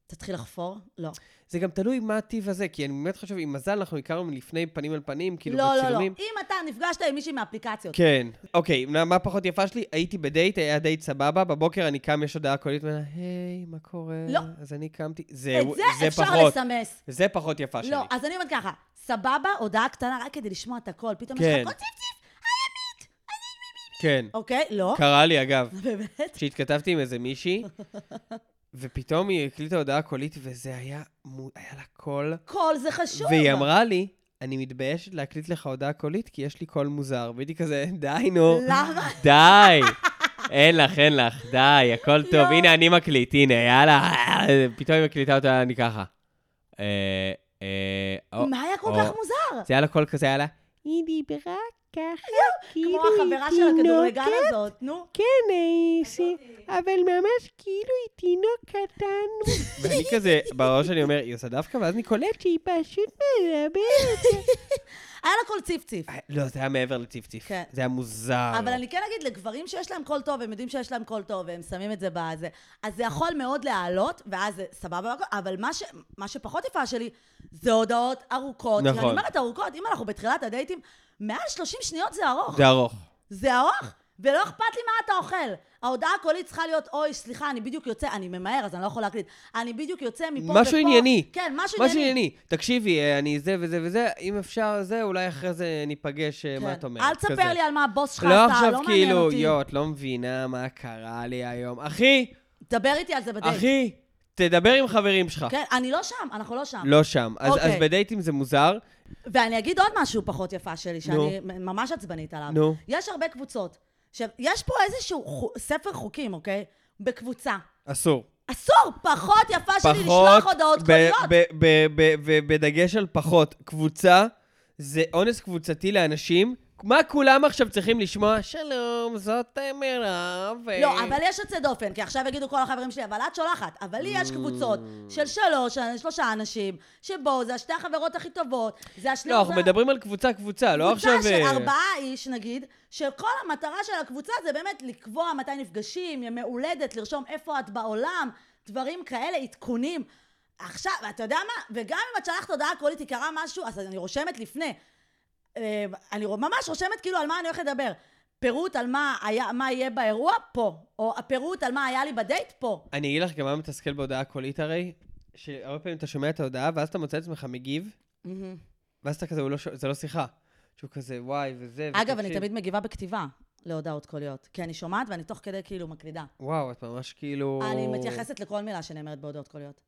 A: תתחיל לחפור? לא.
B: זה גם תלוי מה הטיב הזה, כי אני באמת חושב, עם מזל אנחנו הכרנו מלפני פנים אל פנים, כאילו,
A: לא, לא, לא.
B: בצילומים.
A: אם אתה נפגשת עם מישהי מהאפליקציות,
B: כן. אוקיי, מה- מה פחות יפה שלי? הייתי בדייט, היה דייט סבבה, בבוקר אני קם, יש הודעה קולית, ואומר, היי, מה קורה?
A: לא.
B: אז אני קמתי.
A: את
B: זהו,
A: זה
B: כן, זה
A: אפשר
B: פחות.
A: לסמס.
B: זה פחות יפה שלי.
A: לא, אז אני אומרת ככה, סבבה, הודעה קטנה רק כדי לשמוע את הכל, פתאום יש
B: כן.
A: לך כל ציפציף,
B: כן.
A: אוקיי, לא.
B: קרה לי, אגב,
A: באמת?
B: כשהתכתבתי עם איזה מישהי, ופתאום היא הקליטה הודעה קולית, וזה היה, מו- היה לה קול.
A: קול זה חשוב.
B: והיא אמרה לי, אני מתביישת להקליט לך הודעה קולית, כי יש לי קול מוזר. והייתי כזה, די, נו.
A: למה?
B: די. אין לך, אין לך, די, הכל טוב.
A: לא.
B: הנה, אני מקליט, הנה, יאללה. פתאום היא מקליטה אותה, אני ככה. אה, אה, או,
A: מה היה כל
B: או.
A: כך מוזר?
B: זה היה לה קול כזה, היה לה, היא דיברה ככה, כאילו
A: כמו
B: היא
A: החברה של הכדורגל
B: תינוקת."
A: הזאת, נו.
B: כן, איסי, אבל ממש כאילו היא תינוק קטן. ואני כזה, בראש אני אומר, היא עושה דווקא, ואז אני קולט שהיא פשוט מדברת.
A: היה לה קול ציפציף.
B: לא, זה היה מעבר לציפציף.
A: כן.
B: זה היה מוזר.
A: אבל אני כן אגיד, לגברים שיש להם קול טוב, הם יודעים שיש להם קול טוב, והם שמים את זה בזה. אז זה יכול מאוד להעלות, ואז זה סבבה, והכל, אבל מה, ש, מה שפחות יפה שלי, זה הודעות ארוכות. כי
B: נכון.
A: אני אומרת ארוכות, אם אנחנו בתחילת הדייטים, מעל 30 שניות זה ארוך.
B: זה ארוך.
A: זה ארוך, ולא אכפת לי מה אתה אוכל. ההודעה הקולית צריכה להיות, אוי, סליחה, אני בדיוק יוצא, אני ממהר, אז אני לא יכול להקליט. אני בדיוק יוצא מפה ופה.
B: משהו ענייני.
A: כן, משהו
B: משהו
A: ענייני.
B: ענייני, תקשיבי, אה, אני זה וזה וזה, אם אפשר זה, אולי אחרי זה ניפגש, אה, מה
A: כן.
B: את אומרת?
A: אל
B: כזה.
A: תספר לי על מה הבוס שלך עשה,
B: לא עכשיו
A: לא מעניין
B: כאילו,
A: אותי.
B: יואו, את לא מבינה מה קרה לי היום. אחי,
A: דבר איתי על זה בדייט.
B: אחי, תדבר עם חברים שלך.
A: כן, אני לא שם, אנחנו לא שם.
B: לא שם. אז אז
A: אוקיי.
B: בדייטים זה מוזר.
A: ואני אגיד עוד משהו פחות יפה שלי, שאני ממש עצבנית עליו.
B: נו.
A: יש הרבה קבוצות. עכשיו, יש פה איזשהו חו- ספר חוקים, אוקיי? בקבוצה.
B: אסור.
A: אסור, פחות יפה שלי לשלוח הודעות
B: ב-
A: קוליות.
B: ב- ב- ב- ובדגש על פחות, קבוצה זה אונס קבוצתי לאנשים. מה כולם עכשיו צריכים לשמוע? שלום, זאת אה, מירב. אה."
A: לא, אבל יש יוצא דופן, כי עכשיו יגידו כל החברים שלי, אבל את שולחת. אבל לי יש קבוצות של שלוש, שלושה אנשים, שבו זה השתי החברות הכי טובות, זה השני...
B: לא, אנחנו מדברים על קבוצה קבוצה, לא עכשיו...
A: קבוצה של
B: אה,
A: ארבעה איש, נגיד, שכל המטרה של הקבוצה זה באמת לקבוע מתי נפגשים, ימי הולדת, לרשום איפה את בעולם, דברים כאלה, עדכונים. עכשיו, אתה יודע מה? וגם אם את שלחת הודעה קולית, היא קרה משהו, אז אני רושמת לפני. אה, אני ממש רושמת כאילו על מה אני הולכת לדבר. פירוט על מה, היה, מה יהיה באירוע, פה. או הפירוט על מה היה לי בדייט, פה.
B: אני אגיד לך גם מה מתסכל בהודעה קולית הרי, שהרבה פעמים אתה שומע את ההודעה, ואז אתה מוצא את עצמך מגיב, ואז אתה כזה, "הוא לא ש- זה לא שיחה. שהוא כזה, וואי, וזה,
A: אגב, אני
B: ותקשיב."
A: תמיד מגיבה בכתיבה להודעות קוליות. כי אני שומעת ואני תוך כדי כאילו מקלידה.
B: וואו, את ממש כאילו...
A: אני מתייחסת לכל מילה שנאמרת בהודעות קוליות.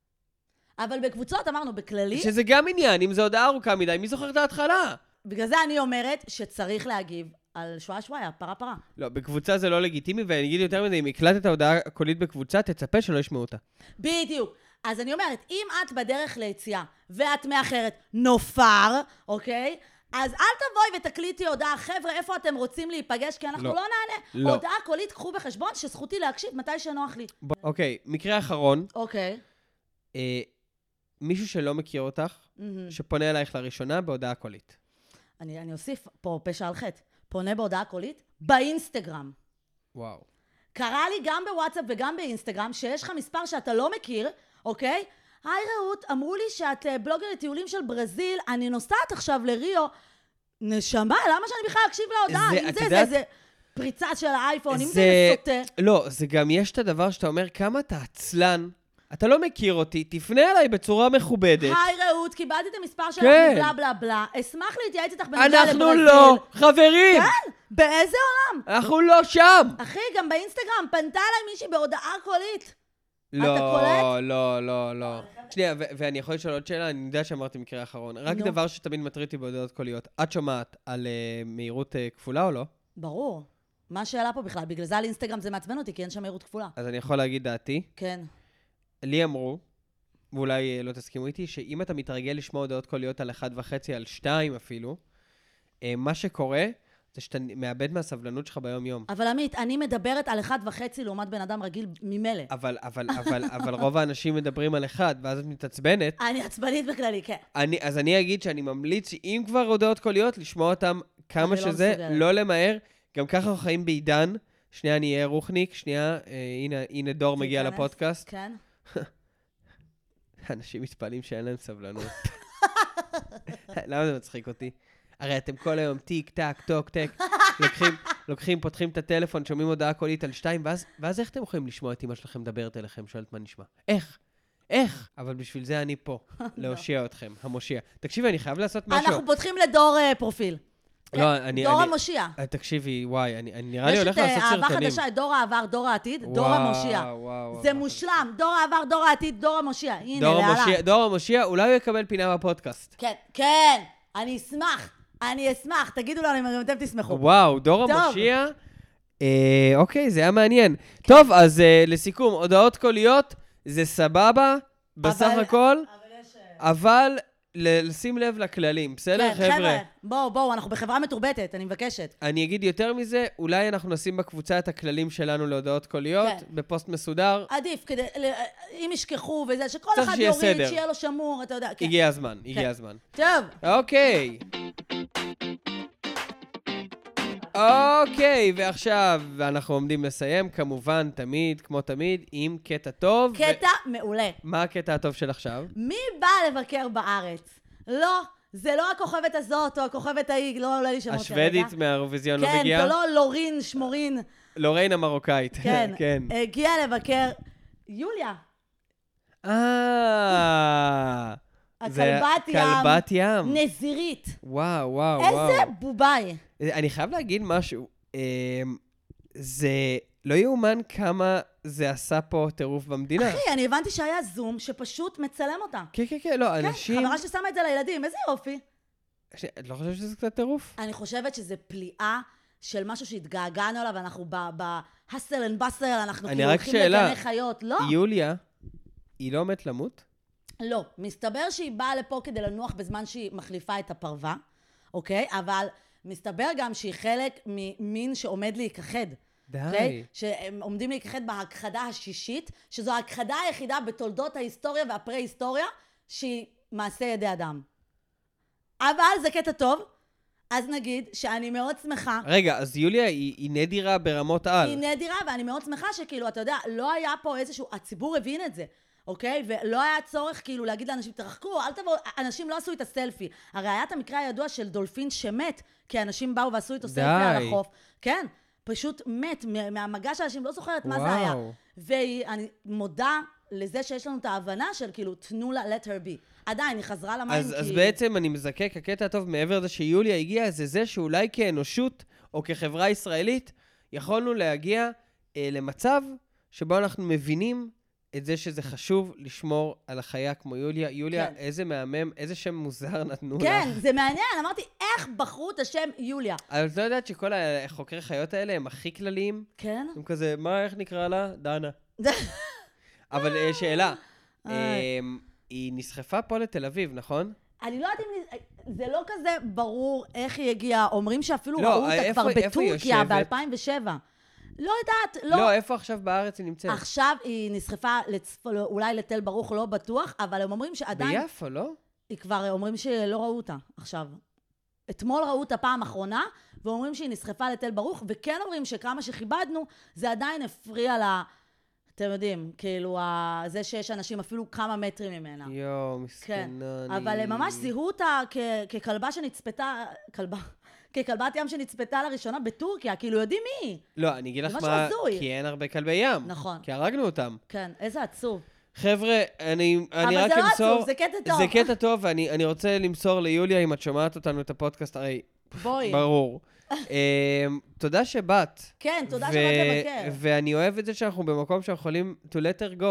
A: אבל בקבוצות אמרנו, בכללי,
B: שזה גם עניין, אם זו הודעה ארוכה מדי, מי זוכר את ההתחלה?
A: בגלל זה אני אומרת שצריך להגיב על שואה שוואיה, פרה פרה.
B: לא, בקבוצה זה לא לגיטימי, ואני אגיד יותר מזה, אם הקלטת הודעה קולית בקבוצה, תצפה שלא ישמעו אותה.
A: בדיוק. אז אני אומרת, אם את בדרך ליציאה ואת מאחרת נופר, אוקיי? אז אל תבואי ותקליטי הודעה, חבר'ה, איפה אתם רוצים להיפגש? כי אנחנו
B: לא.
A: לא, נענה.
B: לא.
A: הודעה קולית, קחו בחשבון שזכותי להקשיב מתי שנוח לי.
B: ב- אוקיי, מקרה אחרון,
A: אוקיי.
B: אה, מישהו שלא מכיר אותך,
A: מהמם.
B: שפונה אלייך לראשונה בהודעה קולית.
A: Mm-hmm. אני, אני אוסיף פה פשע על חטא. פונה בהודעה קולית באינסטגרם.
B: וואו.
A: קרה לי גם בוואטסאפ וגם באינסטגרם, שיש לך מספר שאתה לא מכיר, אוקיי? היי רעות, אמרו לי שאת אה, בלוגרית טיולים של ברזיל, אני נוסעת עכשיו לריו. נשמה, למה שאני בכלל אקשיב להודעה?
B: זה-
A: אם
B: את
A: זה, זה,
B: יודעת-
A: זה פריצה של האייפון, אם זה
B: זה-
A: סוטה.
B: לא, זה גם יש את הדבר שאתה אומר, כמה אתה עצלן, אתה לא מכיר אותי, תפנה אליי בצורה מכובדת.
A: היי רעות, קיבלתי את המספר שלך,
B: כן.
A: בלה בלה בלה. אשמח להתייעץ איתך בנוגע לברזיל.
B: אנחנו לא חברים!
A: כן, באיזה עולם?
B: אנחנו לא שם!
A: אחי, גם באינסטגרם פנתה אליי מישהי בהודעה קולית.
B: לא,
A: קולט?
B: לא, לא, לא. שנייה, ו- ואני יכול לשאול עוד שאלה? אני יודע שאמרתי מקרה אחרון. רק
A: נו.
B: דבר שתמיד מטריד אותי בהודעות קוליות. את שומעת על אה, מהירות אה, כפולה או לא?
A: ברור. מה השאלה פה בכלל? בגלל זה על אינסטגרם זה מעצבן אותי, כי אין שם מהירות כפולה.
B: אז אני יכול להגיד דעתי.
A: כן.
B: לי אמרו, ואולי אה, לא תסכימו איתי, שאם אתה מתרגל לשמוע הודעות קוליות על אחת וחצי, על שתיים אפילו, אה, מה שקורה זה שאתה מאבד מהסבלנות שלך ביום-יום.
A: אבל עמית, אני מדברת על אחד וחצי לעומת בן אדם רגיל ממילא.
B: אבל, אבל, אבל, אבל רוב האנשים מדברים על אחד, ואז את מתעצבנת.
A: אני עצבנית בכללי, כן.
B: אני, אז אני אגיד שאני ממליץ שאם כבר הודעות קוליות, לשמוע אותן כמה
A: אני לא
B: שזה,
A: מסוגלת.
B: לא, למהר. גם ככה אנחנו חיים בעידן. שנייה, אני אהיה רוחניק, שנייה, אה, הנה, הנה דור מגיע
A: תיכנס.
B: לפודקאסט.
A: כן?
B: אנשים מתפעלים שאין להם סבלנות. למה זה מצחיק אותי? הרי אתם כל היום טיק, טק, טוק, טק, לוקחים, לוקחים, פותחים את הטלפון, שומעים הודעה קולית על שתיים, ואז, ואז איך אתם יכולים לשמוע את אמא שלכם מדברת אליכם, שואלת מה נשמע? איך? איך? אבל בשביל זה אני פה, להושיע אתכם, המושיע. תקשיבי, אני חייב לעשות משהו.
A: אנחנו פותחים לדור אה, פרופיל. כן?
B: לא, אני...
A: דור
B: אני-
A: המושיע.
B: אה, תקשיבי, וואי, אני אני נראה לי
A: יש את
B: הולך
A: אה,
B: לעשות
A: אהבה
B: סרטונים.
A: חדשה, את דור העבר, דור העתיד, דור
B: וואו,
A: המושיע.
B: וואו,
A: זה
B: וואו.
A: מושלם, דור העבר, דור העתיד, דור המושיע. הנה,
B: דור המושיע-
A: להלן.
B: דור המושיע, אולי הוא יקבל פינה בפודקאסט.
A: כן, כן, אני אשמח, אני אשמח. תגידו לנו אם אתם תשמחו.
B: וואו, דור
A: טוב.
B: המושיע. אה, אוקיי, זה היה מעניין. טוב, אז אה, לסיכום, הודעות קוליות זה סבבה, בסך
A: אבל-
B: הכל,
A: אבל יש... אה,
B: אבל ל- לשים לב לכללים, בסדר,
A: כן,
B: חבר'ה?
A: חבר'ה, בואו, בואו, אנחנו בחברה מתורבתת, אני מבקשת.
B: אני אגיד יותר מזה, אולי אנחנו נשים בקבוצה את הכללים שלנו להודעות קוליות,
A: כן.
B: בפוסט מסודר.
A: עדיף, כדי, ל- אה, אם ישכחו וזה, שכל
B: צריך
A: אחד
B: שיהיה
A: יוריד,
B: סדר.
A: שיהיה לו שמור, אתה יודע, כן.
B: הגיע הזמן, הגיע
A: כן.
B: הזמן.
A: טוב,
B: אוקיי. אוקיי, ועכשיו אנחנו עומדים לסיים, כמובן, תמיד, כמו תמיד, עם קטע טוב.
A: קטע מעולה.
B: ו... מה הקטע הטוב של עכשיו?
A: מי בא לבקר בארץ? לא, זה לא הכוכבת הזאת או הכוכבת ההיא, לא עולה לי שמות כרגע.
B: השוודית מהאירוויזיון לא
A: כן,
B: מגיעה?
A: זה לא לורין שמורין.
B: לוריין המרוקאית.
A: כן.
B: כן.
A: הגיעה לבקר יוליה.
B: אה... זה
A: הכלבת ים.
B: כלבת ים.
A: נזירית.
B: וואו, וואו, וואו.
A: איזה בובאי.
B: אני חייב להגיד משהו. אמ, זה לא יאומן כמה זה עשה פה טירוף במדינה.
A: אחי, אני הבנתי שהיה זום שפשוט מצלם אותה.
B: כן, כן, כן, לא,
A: כן,
B: אנשים...
A: חברה ששמה את זה לילדים, איזה יופי.
B: ש- את לא חושבת שזה קצת טירוף?
A: אני חושבת שזה פליאה של משהו שהתגעגענו אליו, אנחנו בהסל אנד באסל, אנחנו
B: אני
A: כאילו
B: רק
A: הולכים
B: שאלה.
A: לגני חיות. לא,
B: יוליה, היא לא מת למות?
A: לא. מסתבר שהיא באה לפה כדי לנוח בזמן שהיא מחליפה את הפרווה, אוקיי? אבל מסתבר גם שהיא חלק ממין שעומד להיכחד. אוקיי?
B: די.
A: שהם עומדים להיכחד בהכחדה השישית, שזו ההכחדה היחידה בתולדות ההיסטוריה והפרה-היסטוריה שהיא מעשה ידי אדם. אבל זה קטע טוב, אז נגיד שאני מאוד שמחה
B: רגע, אז יוליה היא היא נדירה ברמות על.
A: היא נדירה, ואני מאוד שמחה שכאילו, אתה יודע, לא היה פה איזשהו, הציבור הבין את זה. אוקיי? ולא היה צורך כאילו להגיד לאנשים, תרחקו, אל תבואו, אנשים לא עשו איתה סלפי. הרי היה את המקרה הידוע של דולפין שמת, כי אנשים באו ועשו איתו סלפי
B: די.
A: על החוף. כן, פשוט מת מה- מהמגע של אנשים, לא זוכרת מה זה היה.
B: וואו.
A: ואני מודה לזה שיש לנו את ההבנה של כאילו, תנו לה, let her be. עדיין, היא חזרה למים
B: אז
A: כי...
B: אז בעצם אני מזקק, הקטע הטוב מעבר לזה שיוליה הגיעה, זה זה שאולי כאנושות, או כחברה ישראלית, יכולנו להגיע אה, למצב שבו אנחנו מבינים את זה שזה חשוב לשמור על החיה כמו יוליה. יוליה,
A: כן.
B: איזה מהמם, איזה שם מוזר נתנו לך.
A: כן, זה מעניין, אמרתי, איך בחרו את השם יוליה?
B: אבל את לא יודעת שכל החוקרי חיות האלה הם הכי כלליים?
A: כן?
B: הם כזה, מה, איך נקרא לה? דנה. אבל אה, שאלה,
A: איי.
B: אמ, היא נסחפה פה לתל אביב, נכון?
A: אני לא יודעת אם... זה לא כזה ברור איך היא הגיעה. אומרים שאפילו
B: לא,
A: ראו אותה
B: איפה-
A: כבר
B: איפה היא
A: בטורקיה
B: יושבת?
A: ב-2007. לא יודעת, לא.
B: לא, איפה עכשיו בארץ היא נמצאת?
A: עכשיו היא נסחפה לצפ... לא, אולי לתל ברוך, לא בטוח, אבל הם אומרים שעדיין...
B: ביפו, לא?
A: היא כבר אומרים שלא ראו אותה עכשיו. אתמול ראו אותה פעם אחרונה, ואומרים שהיא נסחפה לתל ברוך, וכן אומרים שכמה שכיבדנו, זה עדיין הפריע לה, אתם יודעים, כאילו, ה- זה שיש אנשים אפילו כמה מטרים ממנה.
B: יואו, מסכנה. אני-
A: לא. כן, אבל הם ממש זיהו אותה כ- ככלבה שנצפתה, כלבה, ככלבת ים שנצפתה לראשונה בטורקיה, כאילו יודעים מי היא.
B: לא, אני אגיד לך
A: זה משהו
B: מה,
A: הזוי.
B: כי אין הרבה כלבי ים.
A: נכון.
B: כי הרגנו אותם.
A: כן, איזה עצוב.
B: חבר'ה, אני, אני
A: אבל
B: רק
A: זה לא
B: אמסור...
A: עצוב, זה קטע טוב.
B: זה קטע טוב, ואני אני רוצה למסור ליוליה, אם את שומעת אותנו את הפודקאסט, הרי
A: בואי.
B: ברור. אמ, תודה שבאת.
A: כן, תודה
B: ו-
A: שבאת לבקר.
B: ואני אוהב את זה שאנחנו במקום שאנחנו יכולים to let her go.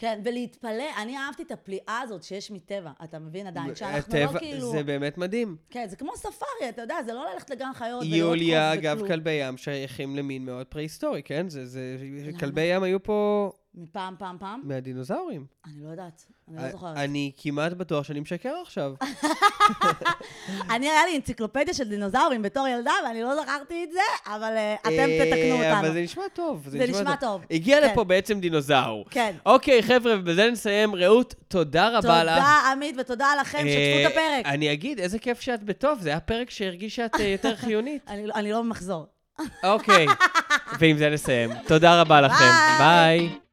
A: כן, ולהתפלא, אני אהבתי את הפליאה הזאת שיש מטבע, אתה מבין עדיין? שאנחנו
B: הטבע-
A: לא כאילו...
B: זה באמת מדהים.
A: כן, זה כמו ספארי, אתה יודע, זה לא ללכת לגן חיות ולראות חוף
B: יוליה, אגב,
A: וכלום.
B: כלבי ים שייכים למין מאוד פרה-היסטורי, כן? זה, זה,
A: למה?
B: כלבי ים היו פה
A: מפעם, פעם, פעם?
B: מהדינוזאורים.
A: אני לא יודעת, אני
B: אה,
A: לא זוכרת.
B: אני כמעט בטוח שאני משקר עכשיו. אה.
A: אני, היה לי אנציקלופדיה של דינוזאורים בתור ילדה, ואני לא זכרתי את זה, אבל אה, אתם
B: אה,
A: תתקנו
B: אבל זה
A: אותנו.
B: נשמע טוב.
A: זה נשמע טוב.
B: הגיע
A: כן.
B: לפה בעצם דינוזאור.
A: כן.
B: אוקיי, חבר'ה, ובזה נסיים. רעות, תודה רבה לך.
A: תודה, עמית, ותודה לכם, שתפו את
B: אה,
A: הפרק.
B: אני אגיד, איזה כיף שאת בטוב, זה היה פרק שהרגיש שאת אה, יותר חיונית.
A: אני לא- אני לא במחזור.
B: אוקיי, ועם זה נסיים. תודה רבה לכם.
A: ביי.
B: ביי.